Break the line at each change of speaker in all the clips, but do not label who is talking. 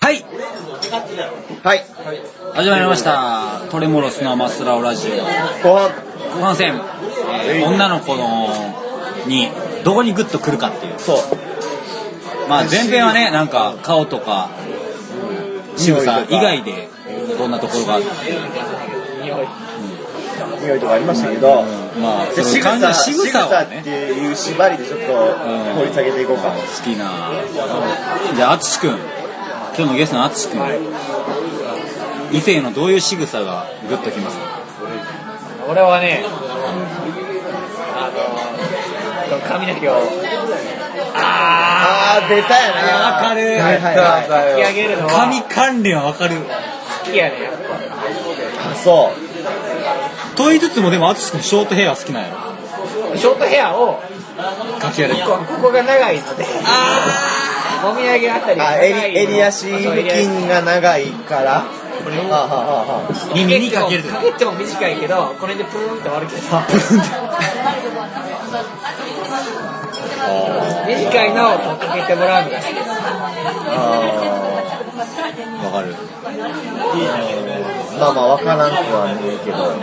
はいはい
始まりました「トレモロスのマスラオラジオ
後半」
後半戦、えー女の子のにどこにグッとくるかっていう
そう
まあ前編はねなんか顔とか仕草以外でどんなところがあって
匂いとかありましたけど、
まあ
で仕
感
草
じ仕草を
仕
ね
っていう縛りでちょっと掘り下げていこう
好
か、
きなじゃあ淳君今日のゲストの淳君異性のどういう仕草がグッときますか
俺はね、あの、髪の毛を
あー出たやな
わかる
はいはいは
引き上げるのは
髪関連はわかる
好きやねやっ
いあそ
と言いつつもでも淳君ショートヘア好きなんやろ
ぱショートヘアを
かき上げて
こここが長いのでもみあげあたり
う
が
あ
長いの
襟襟足
そう
付
襟足
近が長いからこれはあはあはあ
耳にかける
かけても短いけどこれでプーンって終わるけ ど短いのをこうかけてもらうのが好きです
あ
わかる
ーまあまあわからんくはねえけど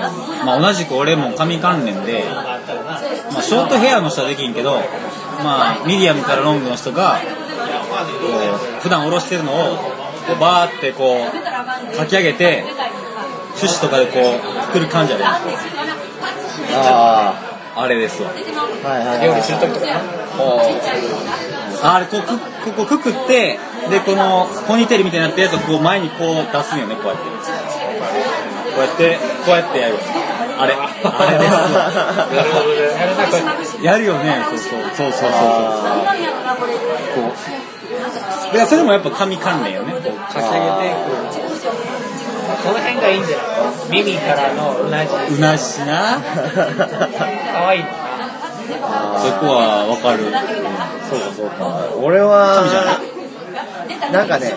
まあ同じく俺も髪関連で、まあ、ショートヘアの人はできんけどまあミディアムからロングの人がこう普段下ろしてるのをこうバーってこうかき上げてシュッシュとかでこうくる感じやろ
あ
あれですわ
あはいはいはい
料理するときとか
あれこうくこうくくってでこのポニーテールみたいになったやつをこう前にこう出すんよねこうやってこうやってこうやってやるあれあれですわ
やるなこれ
やるよねそうそうそうそうそうそう
あ
こういやそれもやっぱ髪関連よねこう
かき上げてこうこの辺がいいんじゃない耳からのうなじ
うなしな
ー
かわいいの
そこはわかる
そうかそうか俺はなんかね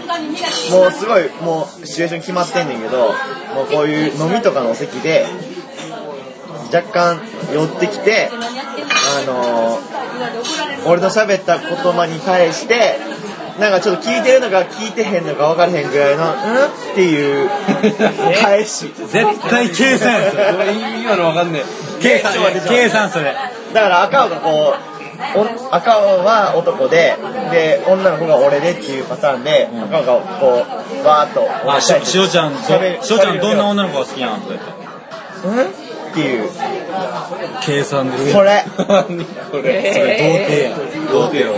もうすごいもうシチュエーション決まってんねんけどもうこういう飲みとかのお席で若干寄ってきてあのー、俺の喋った言葉に対してなんかちょっと聞いてるのか聞いてへんのか分からへんぐらいの「うん?」っ ていう返し
絶対計算やそれ
今のわかんね
計算計算それ
だから赤尾がこうお赤尾は男でで女の子が俺でっていうパターンで、赤尾がこうバーッと
あししおちゃんど
喋る
しおちゃんどんな女の子が好きなのとか言って
うんっていう
計算です
これ
え。こ れ。
それ童貞や
寄
童
っ
貞や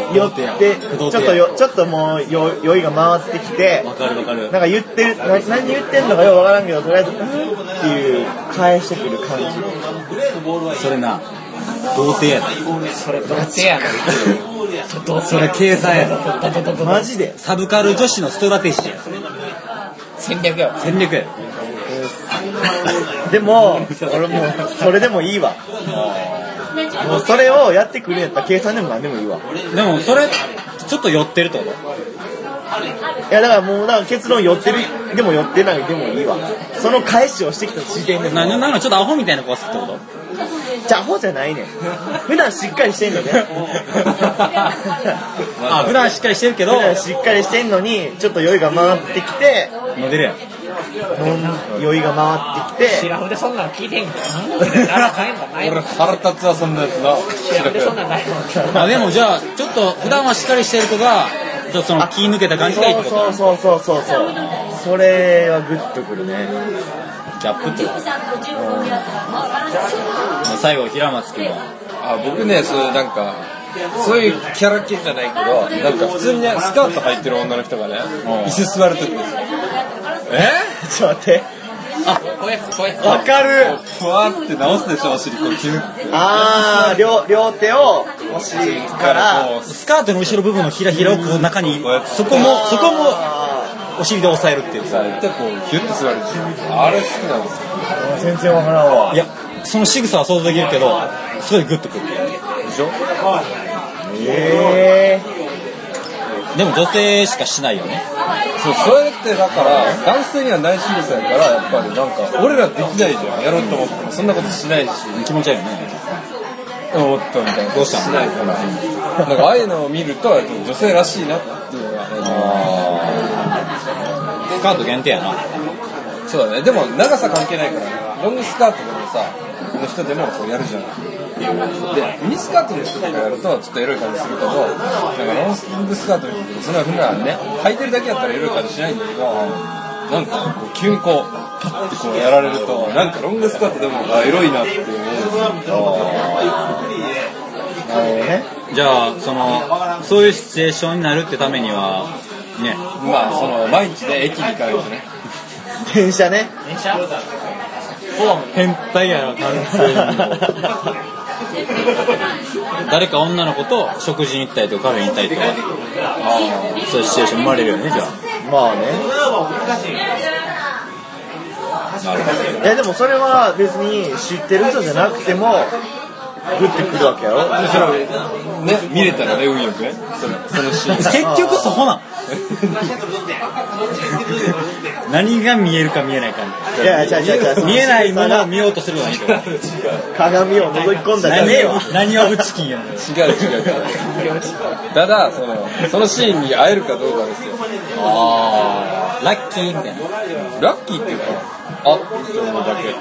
てちょ
童
っ
貞
と
や
よちょっともうよ酔いが回ってきて
わかるわかる
なんか言ってるな何言ってんのかよくわからんけどとりあえず「うん?」っていう返してくる感じ
それな童貞や
それどっちやねん
でそれ計算やで
マジで
サブカル女子のストラテジーや
戦略よ
戦略や
でも俺もうそれでもいいわもうそれをやってくるんやったら計算でも何でもいいわ
でもそれちょっと寄ってるってこと
いやだからもうなんか結論寄ってるでも寄ってないでもいいわその返しをしてきた時点で
なななんかちょっとアホみたいな子が好きってこと
じゃあアホじゃないねん普段しっかりしてん のね
あ普段しっかりしてるけど
普段しっかりしてんのにちょっと酔いが回ってきて
モデルやん
飲ん酔いが回ってき
シ
て
ラフでそんなん聞いてんけどならかんやんかないも
俺
ん
腹立つわ、そんなやつな。
シラフでそんなんないもん
まあでもじゃあちょっと普段はしっかりしてる子がちょっとその気抜けた感じがいいってこと
そうそうそうそうそうそれはグッとくるね
ギャップってこともう最後平松君は
あ、僕ね、そういうなんか、そういうキャラ系じゃないけど、なんか普通にねスカート履いてる女の人がね、椅子座るときですよ。
え
ちょっと待って
こやこや
わかる
ふわーって直すでしょ、お尻こう、キュッて
あー両両手をお尻から
こ
スカートの後ろ部分のひらひらをこう中にそこもそこも
あ
お尻で押さえるっていう
う、されてこう、キュッて座るでしょ。あれ好きなんですよ。
ー全然わからんわ
いやその仕草は想像できるけどすごいグッとくる
でしょ
えー
でも女性しかしないよね
そう、それってだから、男性にはない仕草やから、やっぱりなんか、俺らできないじゃん。やろうと思っても、そんなことしないし。
気持ち悪いよね
思ったみたいなどうしたしないからなんかああいうのを見るとやっぱ女性らしいなっていうのが
スカート限定やな。
そうだね。でも長さ関係ないから、ロングスカートでもさ、の人でもこうやるじゃない。で、ミニスカートの人とかやるとちょっとエロい感じするけど、なんかロングスカートの人そんなふうなね、履いてるだけやったらエロい感じしないんだけど、なんかこう急にこう、パッてこうやられると、なんかロングスカートでも、あ、エロいなっていう。
なるほどね。
じゃあ、その、そういうシチュエーションになるってためには、ね、
まあ、その、毎日ね、駅に行かないとね。
電車ね。
電車
変態やな、完全に。 誰か女の子と食事に行ったりとかカフェに行ったりとか、そういうシチュエーション生まれるよね、じゃ
まあね。
あ。なるほど。
え、でもそれは別に知ってる人じゃなくても、グッてくるわけやろ
それをね、見れたらね、運よくね。その、そのシーン。
結局そこなん。何が見えるか見えないか
いやいや、違う違う違う。
見えないものを見ようとするのはいい けど。
鏡を覗き込んだ
何
け
を、何をぶちきんやねん。
違う違う違う。ただ、その、そのシーンに会えるかどうかですよ。
あー、ラッキーみたいな。
ラッキーっていうか、あって思うだけ。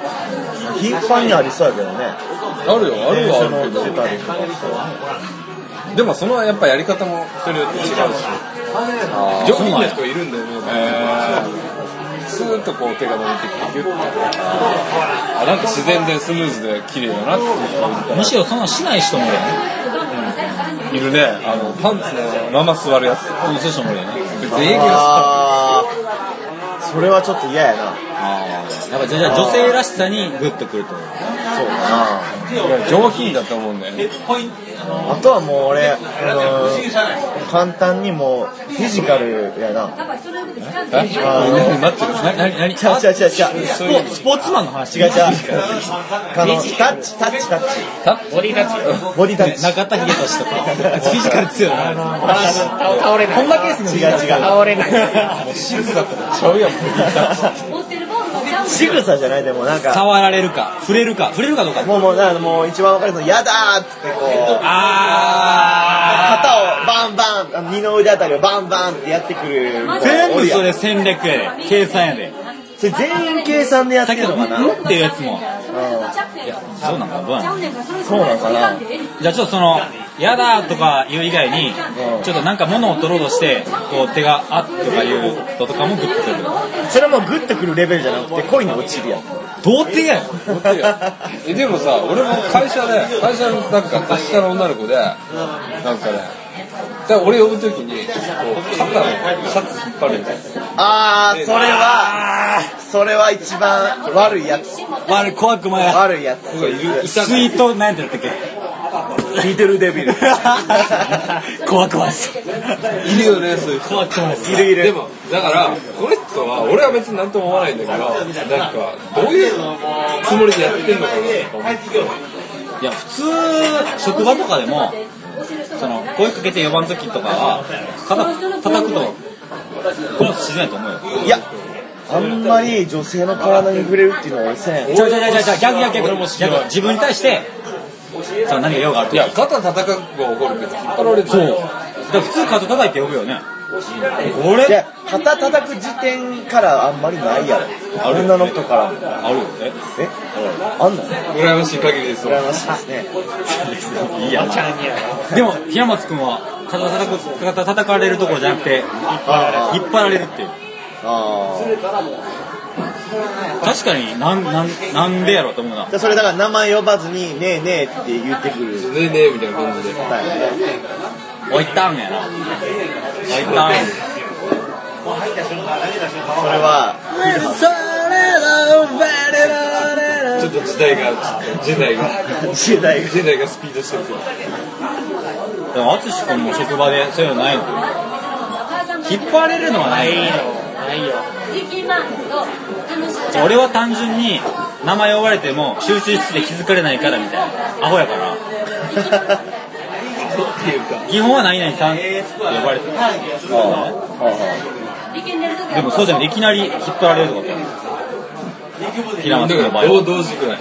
頻繁にありそうやけどね。
あるよ、あるはあるけ
出
ど。
たりとか。
でもそのやっぱやり方も人によって違うし。上品な人いるんだよね。スーッとこう手が伸びてきて、ギュッと。あ、なんか自然でスムーズで綺麗だなっていう人がいるから
むしろそんなんしない人もいるよね。
いるね。あの、パンツのまま座るやつ。
うん、そういう人もいるよね。
別に営業さ。
あー、それはちょっと嫌やな。
あー、やっぱじゃあ女性らしさにグッとくると思う。
そうかな。
いや上品だと思うんだよね。
あとはもう俺、あのー簡単にもうフィジカルやな。
あ、待ってください。
な、な、なに、
ちゃうちゃうちゃうちゃう。
スポスポーツマンの話
違う違う。あの、タッチ、タッチ、タッチ。
ボディタッチ。
ボディタッチ。
中田秀俊とか、フィジカル強いな。
倒れない。こんなケース
違う違う。
倒れない。
ちゃうやん、ボディタッチ
仕草じゃないでもなんか、
触られるか、触れるか、触れるかどうか。
もうもう、なんかもう一番わかるの、やだーっつってこう、
あ
肩をバンバン、あの二の腕あたりをバンバンってやってくる
ー。
子。
全
お
部
るやん
それ戦略やで。計算やで。
それ全員計算でやっ
だ
て
け
る
ど、
の
うん
かな。
っていうやつも。そうなんかどうなん
そうなんかな
じゃあちょっとその、やだとか言う以外に、ちょっとなんか物を取ろうとして、こう手があっとか言うととかもグッとくる。
それもグッとくるレベルじゃなくて、恋に落ちるやん。
童貞やん。
えでもさ俺も会社で会社のなんか年下の女の子でなんかねだから俺呼ぶときにこう肩のシャツ引っ張るみたいな
あー、それは、それは一番悪いやつ。
あれ怖くもや。
悪いやつ。
いるい
ス
た
イート、なんてやったっけ
リトルデビル。
怖くもやす。
いるよねそういう人
怖くもやす。
いるいる。
でもだからこの人は俺は別に何とも思わないんだけどなんかどういうつもりでやってんのかなとか思って
いや、普通、職場とかでも、その、声かけて呼ばん時とかは、肩叩くと、これ自然やと思うよ。
いや、あんまり女性の体に触れるっていうのは俺せん。
ちゃうちゃうちゃうちゃう、逆逆逆。逆自分に対して、その何か用がある
い
と。
や肩叩くが起こるけど引っ張られて
そう。だから普通肩叩いて呼ぶよね。
い
俺
や、肩叩く時点からあんまりないやろ。女の人からも。
あるよ。え
えあんの
羨ましい限りですよ
羨ましいですね。
いいやな。でも、平松くんは、肩叩く、肩叩かれるところじゃなくて、
あ
引っ張られるっていう。
あ。あー
確かになん、なん、なんでやろうと思うな。
じゃあそれだから名前呼ばずに、ねえねえって言ってくる。
ねえねえみたいな感じで
タイプね
おいったんやな。おいったん。
それは、
ちょっと時代がちょっと時代が
10代が。
時代がスピードしてるけど
でも、淳君も職場でそういうのないの引っ張れるのはない
ないよ。
俺は単純に、名前呼ばれても、集中して気づかれないからみたいな。アホやから。基本は何々さんって呼ばれてる。でもそうじゃなくて、いきなり引っ張られるとかって。平松君の場合
同
は。
同時くらい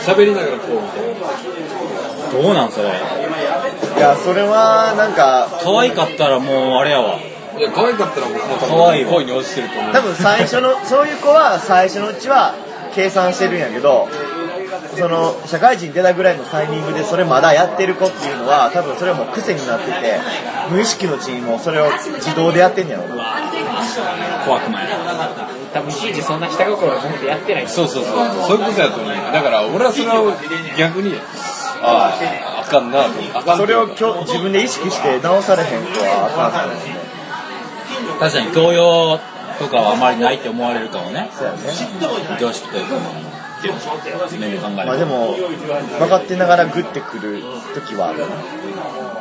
喋りながらこうみたいな
どうなんそれ。
いや、それは、なんか、
可愛かったらもう、あれやわ。
いや、可愛かったら僕も多
可愛い
分
わ
恋に落ちてると思う。
多分最初のそういう子は最初のうちは計算してるんやけどその社会人出たぐらいのタイミングでそれまだやってる子っていうのは多分それはもう癖になってて無意識のうちにもうそれを自動でやってんやろ
小悪魔や
多分、シージそんな下心を持ってやってない。
そうそうそう。そういうことやと思う。だから俺はそれを逆に、ああ、あかんなと思う。あかん
そ
とい
れ
う
を
か
きょ自分で意識して直されへん子はあかんからね
確かに教養とかはあまりないって思われるかもね
そうやね
常識というか面で考える
まあでも分かってながらグッてくる時はあるな
と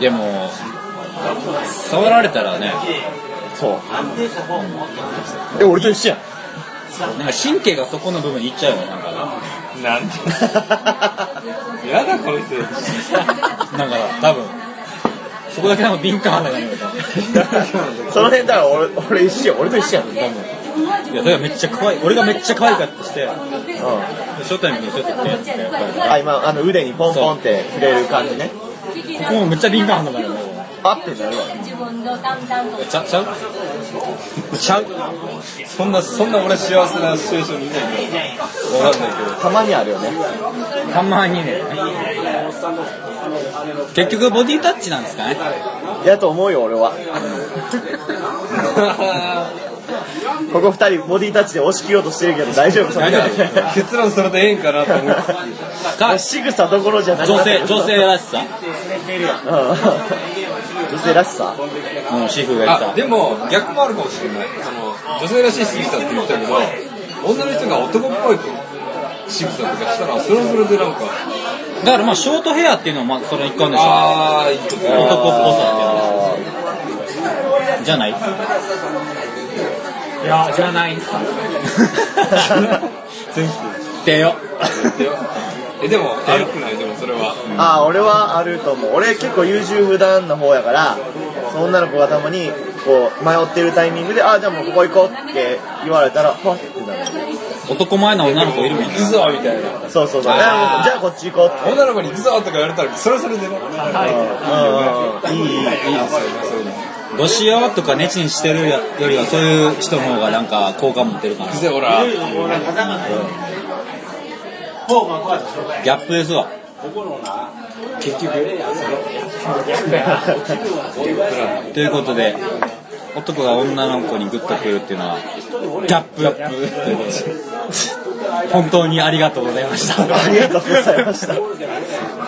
でも触られたらね
そうえ俺と一 緒やん
なんか神経がそこの部分にいっちゃうよねなんかね
なんて。やだこの人。
なんか多分そこだけなんか敏感なんだけど
その辺だから俺俺一緒や俺と一緒やん多分
いやそれがめっちゃ可愛い俺がめっちゃ可愛かったとして
うん
初対面の人ってやっぱり
あ、今、あの腕にポンポンって触れる感じね。
ここもめっちゃ敏感なんだからも
あってなるわ。
うちゃちゃうちゃう
そんな、そんな俺幸せなシチュエーションにいないけど。わかんないけど。
たまにあるよね。
たまにね結局ボディタッチなんですかね
やと思うよ、俺は。 ここ二人ボディタッチで押し切ろうとしてるけど大丈夫それ
大丈
結論それでええんかなと思いつつ
か
仕草どころじゃなく
女
て
性女性らしさ
うん女性らしさ
うんシーフが言っ
あ
た
でも逆もあるかもしれないその女性らしい仕草って言ったけど女の人が男っぽい仕草とかしたらそれはそれでなんか
だからまあショートヘアっていうのはまあその一環でしょ
ああいいとこ
男っぽさっていうのじゃない
いや、じゃないな。
でよ
えでも悪くないでもそれは
あー俺はあると思う俺結構優柔不断な方やからその女の子がたまにこう迷ってるタイミングで「あーじゃあもうここ行こう」って言われたらパッてなる
男前な女の子いるもんね
行くぞみたいな
そうそうそう「えーじゃあこっち行こう」って
女の子に行くぞとか言われたらそれはそれでね
うんうんうんいいいい
いいですよねそういうの
ご使用とかネチにしてるよりはそういう人の方がなんか好感持ってるから
行くぜほら
ギャップですわ
結局
ということで男が女の子にグッとくるっていうのはギャップということで本当にありがとうございました
ありがとうございました。